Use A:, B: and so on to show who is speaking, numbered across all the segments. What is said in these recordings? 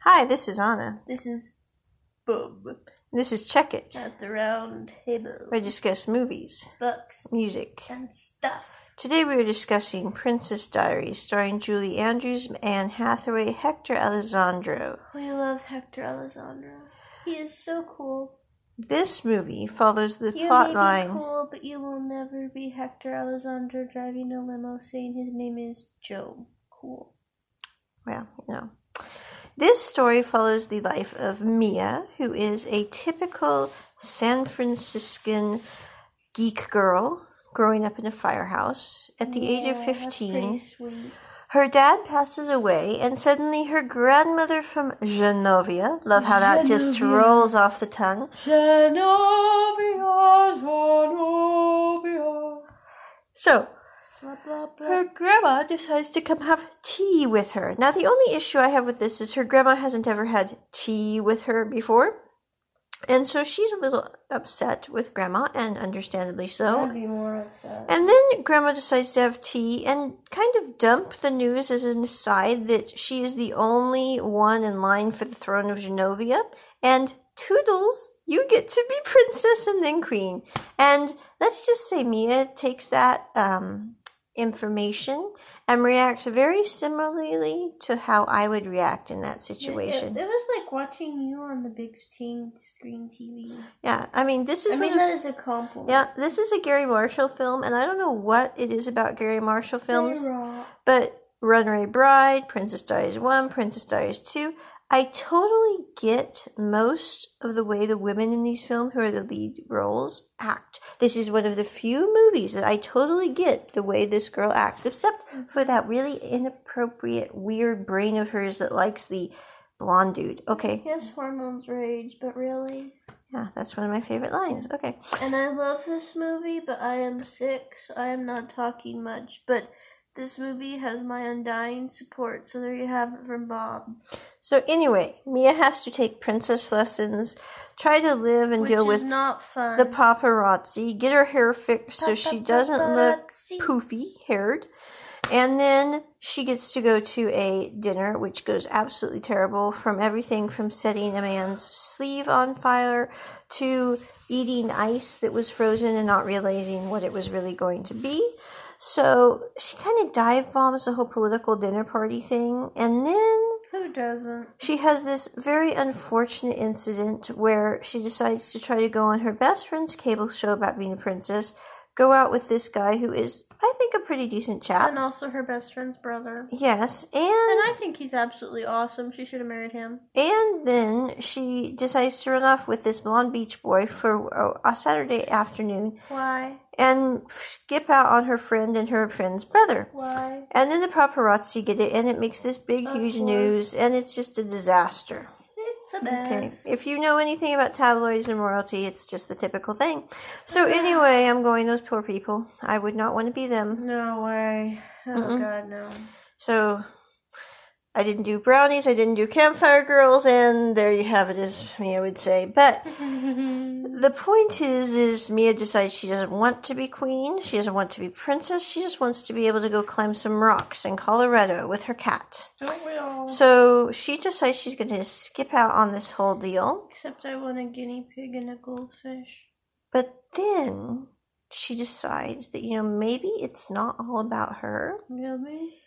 A: Hi, this is Anna.
B: This is Boom
A: This is Check It.
B: at the round table.
A: We discuss movies,
B: Books
A: music.
B: and stuff.
A: Today we are discussing Princess Diaries, starring Julie Andrews, Anne Hathaway, Hector Alessandro.
B: We love Hector Alessandro. He is so cool.
A: This movie follows the
B: you
A: plot
B: may
A: line.
B: be cool, but you will never be Hector Alessandro driving a limo saying his name is Joe. Cool.
A: Well, you know. This story follows the life of Mia, who is a typical San Franciscan geek girl growing up in a firehouse. At the age of
B: Yeah, that's pretty
A: 15,
B: sweet.
A: her dad passes away, and suddenly her grandmother from Genovia, love how that just
B: Genovia.
A: rolls off the tongue,
B: Genovia, Genovia.
A: so
B: Blah, blah, blah.
A: Her grandma decides to come have tea with her. Now, the only issue I have with this is her grandma hasn't ever had tea with her before. And so she's a little upset with grandma, and understandably
B: I'd
A: so.
B: be more upset.
A: And then grandma decides to have tea and kind of dump the news as an aside that she is the only one in line for the throne of Genovia. And Toodles, you get to be princess and then queen. And let's just say Mia takes that um, information and reacts very similarly to how I would react in that
B: It- it-
A: situation.
B: It, was like watching you on the big screen, screen TV.
A: Yeah, I mean, this is
B: I
A: one
B: mean,
A: of-
B: that is a compliment.
A: yeah, this is a Gary Marshall film, and I don't know what it is about Gary Marshall films.
B: They're raw.
A: But Runaway Bride, Princess Diaries 1, Princess Diaries 2, I totally get most of the way the women in these films who are the lead roles act. This is one of the few movies that I totally get the way this girl acts, except for that really inappropriate, weird brain of hers that likes the blonde dude. Okay,
B: Yes, hormones rage, but really.
A: yeah, that's one of my favorite lines. Okay.
B: And I love this movie, but I am sick, so I am not talking much. But this movie has my undying support, so there you have it from Bob.
A: So, anyway, Mia has to take princess lessons, try to live and
B: which
A: deal
B: is
A: with.
B: not fun.
A: the paparazzi, get her hair fixed so she doesn't look
B: Paparazzi.
A: poofy haired. And then she gets to go to a dinner, which goes absolutely terrible from everything from setting a man's sleeve on fire to eating ice that was frozen and not realizing what it was really going to be. So she kind of dive bombs the whole political dinner party thing. And then
B: Who doesn't?
A: she has this very unfortunate incident where she decides to try to go on her best friend's cable show about being a princess, go out with this guy who is, I think, a pretty decent
B: And
A: chap.
B: also her best friend's brother.
A: Yes, and
B: And I think he's absolutely awesome. She should have married him.
A: and then she decides to run off with this blonde beach boy for uh, a Saturday afternoon
B: Why?
A: and skip out on her friend and her friend's brother.
B: Why?
A: And then the paparazzi get it, and it makes this big,
B: Of
A: huge
B: course.
A: news, and it's just a disaster.
B: It's a
A: Okay.
B: mess.
A: If you know anything about tabloids and royalty, it's just the typical thing. So anyway, I'm going those poor people. I would not want to be them.
B: No way. Oh
A: Mm-mm.
B: god, no.
A: So I didn't do brownies, I didn't do campfire girls, and there you have it is Mia would say. But the point is is Mia decides she doesn't want to be queen, she doesn't want to be princess, she just wants to be able to go climb some rocks in Colorado with her cat.
B: Don't we all?
A: So she decides she's gonna skip out on this whole deal.
B: Except I want a guinea pig and a goldfish.
A: But then she decides that, you know, maybe it's not all about her.
B: Really?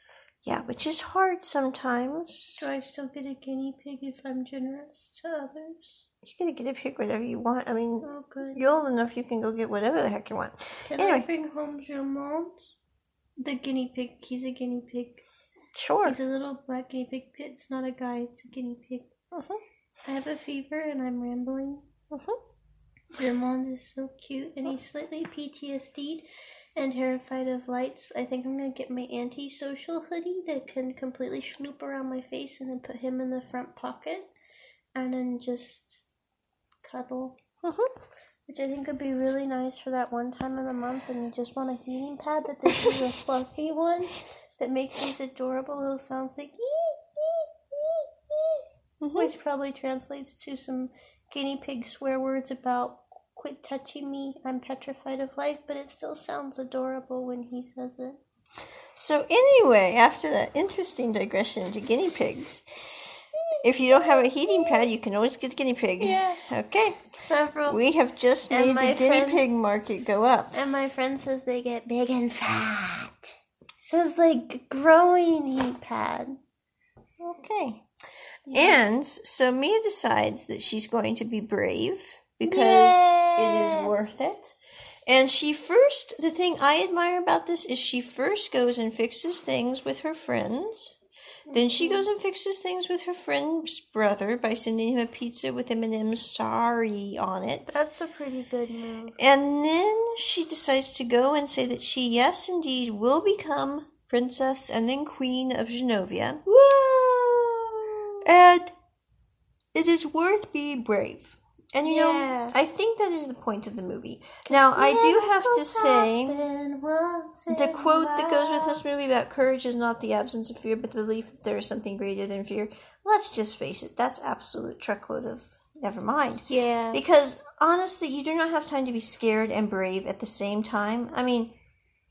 A: Yeah, which is hard sometimes.
B: Do I still get a guinea pig if I'm generous to others?
A: You gotta get a pick whatever you want. I mean,
B: Oh good.
A: you're old enough, you can go get whatever the heck you want.
B: Can
A: anyway.
B: I bring home Jamont? The guinea pig. He's a guinea pig.
A: Sure.
B: He's a little black guinea pig. It's not a guy. It's a guinea pig.
A: Mhm,
B: I have a fever and I'm rambling.
A: mhm.
B: Jermond is so cute, and he's slightly PTSD'd and terrified of lights. I think I'm gonna get my anti-social hoodie that can completely snoop around my face, and then put him in the front pocket, and then just cuddle.
A: Mhm.
B: Which I think would be really nice for that one time of the month, and you just want a heating pad. But this is a fluffy one that makes these adorable little sounds like.
A: mm-hmm.
B: Which probably translates to some guinea pig swear words about quit touching me, I'm petrified of life, but it still sounds adorable when he says it.
A: So, anyway, after that interesting digression to guinea pigs, If you don't have a heating pad, you can always get a guinea pig.
B: Yeah.
A: Okay.
B: Several.
A: We have just
B: And
A: made
B: my
A: the guinea
B: friend-
A: pig market go up.
B: and my friend says they get big and fat. So it's like growing heat pad.
A: Okay.
B: Yeah.
A: And so Mia decides that she's going to be brave because it
B: Yes.
A: is worth it. And she first, the thing I admire about this is she first goes and fixes things with her friends. Then
B: Mm-hmm.
A: she goes and fixes things with her friend's brother by sending him a pizza with M&M's sorry on it.
B: That's a pretty good move.
A: And then she decides to go and say that she, yes, indeed, will become princess and then queen of Genovia. And it is worth being brave. And you know,
B: Yeah.
A: I think that is the point of the movie. Now, I do have to say the quote that goes with this movie about courage is not the absence of fear, but the belief that there is something greater than fear. Let's just face it, that's absolute truckload of never mind.
B: Yeah.
A: Because honestly, you do not have time to be scared and brave at the same time. I mean,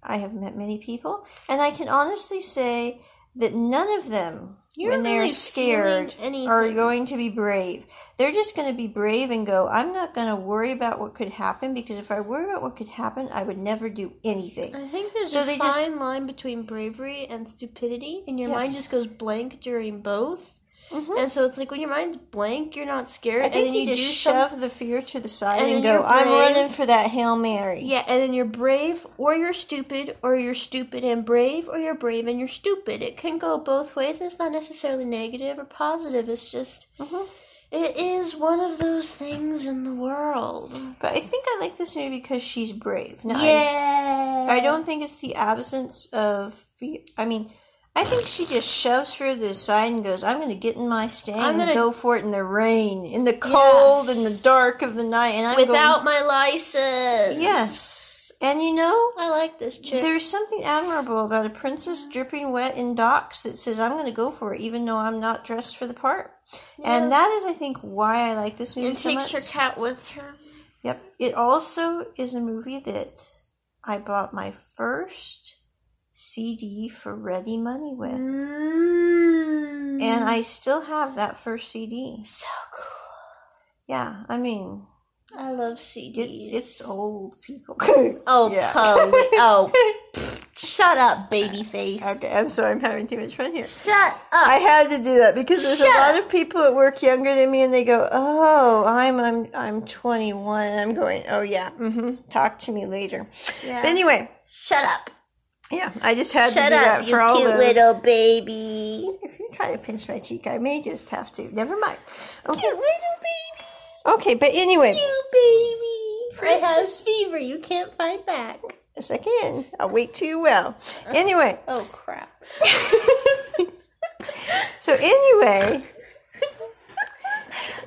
A: I have met many people, and I can honestly say that none of them,
B: You're
A: when they are
B: really
A: scared,
B: feeling
A: are
B: anything.
A: going to be brave. They're just going to be brave and go, I'm not going to worry about what could happen because if I worry about what could happen, I would never do anything.
B: I think there's
A: So
B: a
A: they just-
B: fine line between bravery and stupidity, and your
A: Yes.
B: mind just goes blank during both.
A: Mhm.
B: And so it's like when your mind's blank, you're not scared,
A: I think
B: and then
A: you,
B: you,
A: just
B: do
A: shove
B: something.
A: the fear to the side
B: and
A: and,
B: then
A: go,
B: you're
A: I'm
B: brave."
A: running for that Hail Mary.
B: Yeah, and then you're brave, or you're stupid, or you're stupid and brave, or you're brave and you're stupid. It can go both ways. It's not necessarily negative or positive. It's just
A: Mhm.
B: it is one of those things in the world.
A: But I think I like this movie because she's brave. Now, I
B: yeah.
A: I don't think it's the absence of fear. I mean, I think she just shoves her to the side and goes, I'm going to get in my stand
B: I'm
A: and
B: gonna-
A: go for it in the rain, in the cold, in the
B: Yes.
A: dark of the night. And I'm
B: without my license.
A: Going, yes. And you know,
B: I like this chick.
A: there's something admirable about a princess dripping wet in docks that says, I'm going to go for it, even though I'm not dressed for the part.
B: Yeah.
A: And that is, I think, why I like this movie
B: and
A: so
B: takes
A: much.
B: her cat with her.
A: Yep. It also is a movie that I bought my first CD for ready money with.
B: Mm.
A: And I still have that first CD.
B: so cool.
A: Yeah, I mean,
B: I love CDs.
A: it's it's old people.
B: oh
A: yeah.
B: come oh shut up, baby face.
A: okay, I'm sorry, I'm having too much fun here.
B: Shut
A: I
B: up.
A: had to do that because there's
B: Shut
A: a lot
B: up.
A: of people at work younger than me, and they go, "Oh, I'm I'm I'm 21," and I'm going, "Oh yeah, mm-hmm. talk to me later."
B: Yeah.
A: But anyway,
B: Shut up.
A: yeah, I just had to
B: Shut
A: do that
B: up,
A: for all
B: you cute
A: those.
B: little baby.
A: If you try to pinch my cheek, I may just have to. Never mind. Okay,
B: Cute little baby.
A: okay but anyway,
B: Cute baby. Fred has fever. You can't fight back.
A: yes, I can. I'll wait too well. Anyway,
B: Oh crap.
A: so anyway,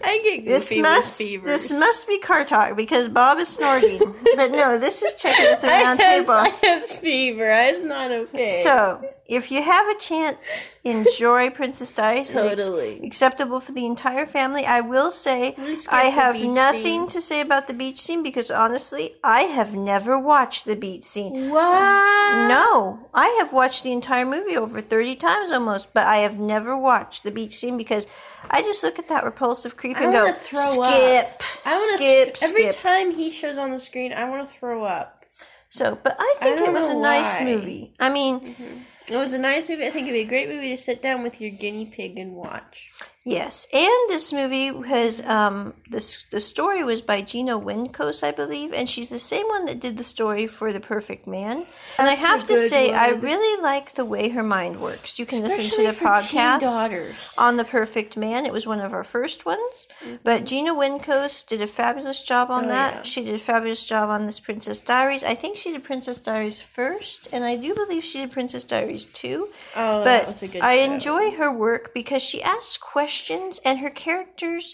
B: I get goofy
A: this must this must be car talk because Bob is snorting. but no, this is checking at the round table.
B: fever. It's not okay.
A: So, if you have a chance, enjoy Princess Diaries. It's ex-
B: Totally.
A: acceptable for the entire family. I will say,
B: We skipped
A: I
B: the
A: have
B: beach
A: nothing
B: scene.
A: to say about the beach scene because honestly, I have never watched the beach scene.
B: wow.
A: No, I have watched the entire movie over 30 times almost, but I have never watched the beach scene because I just look at that repulsive creep
B: I
A: and go,
B: wanna throw up.
A: skip,
B: wanna-
A: skip,
B: Every
A: skip.
B: time he shows on the screen, I want to throw up.
A: so, but I
B: I
A: think it
B: don't
A: was a
B: know
A: nice
B: why.
A: movie. I mean, Mm-hmm.
B: It was a nice movie. I think it'd be a great movie to sit down with your guinea pig and watch.
A: Yes, and this movie has um this the story was by Gina Winkos, I believe, and she's the same one that did the story for The Perfect Man. and I
B: That's a
A: have to
B: good
A: say, I
B: one.
A: really like the way her mind works. You can listen
B: Especially
A: to the
B: for teen
A: podcast
B: daughters.
A: on Oh, The Perfect Man. It was one of our first ones, but Gina Winkos did a fabulous job on
B: Mm-hmm. Oh,
A: that.
B: yeah.
A: She did a fabulous job on this Princess Diaries. I think she did Princess Diaries first, and I do believe she did Princess Diaries too
B: oh, that was a
A: but
B: good
A: I
B: show.
A: enjoy her work because she asks questions and her characters,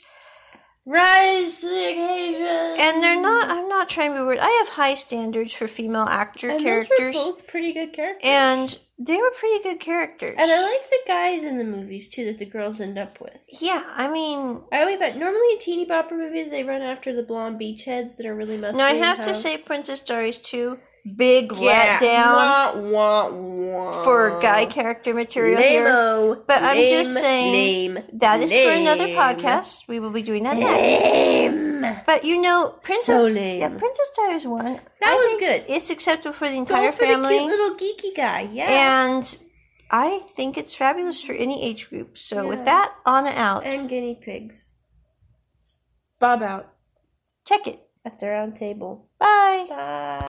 B: Rise to the occasion.
A: and they're not. I'm not trying to be weird. I have high standards for female actor
B: And
A: characters,
B: Those were both pretty good characters.
A: and they were pretty good characters.
B: and I like the guys in the movies too that the girls end up with.
A: yeah, I mean,
B: I always bet normally in teeny bopper movies they run after the blonde beachheads that are really muscular.
A: now I have
B: and
A: to
B: tough.
A: say, Princess Diaries two big
B: Yeah.
A: letdown
B: Wah, wah, wah.
A: for guy character material here.
B: Name-o.
A: But I'm just
B: Name,
A: saying
B: name,
A: That is for another
B: name.
A: podcast. We will be doing that next.
B: Name.
A: But you know, Princess,
B: So lame.
A: yeah, Princess Diaries one.
B: That
A: I
B: was
A: think
B: good.
A: It's acceptable for the
B: Go
A: entire
B: for
A: family,
B: the cute little geeky guy. Yeah.
A: and I think it's fabulous for any age group. So with
C: Yeah.
A: that, Anna out.
C: And guinea pigs.
B: Bob out
A: Check it
B: at the round table.
A: Bye.
C: Bye.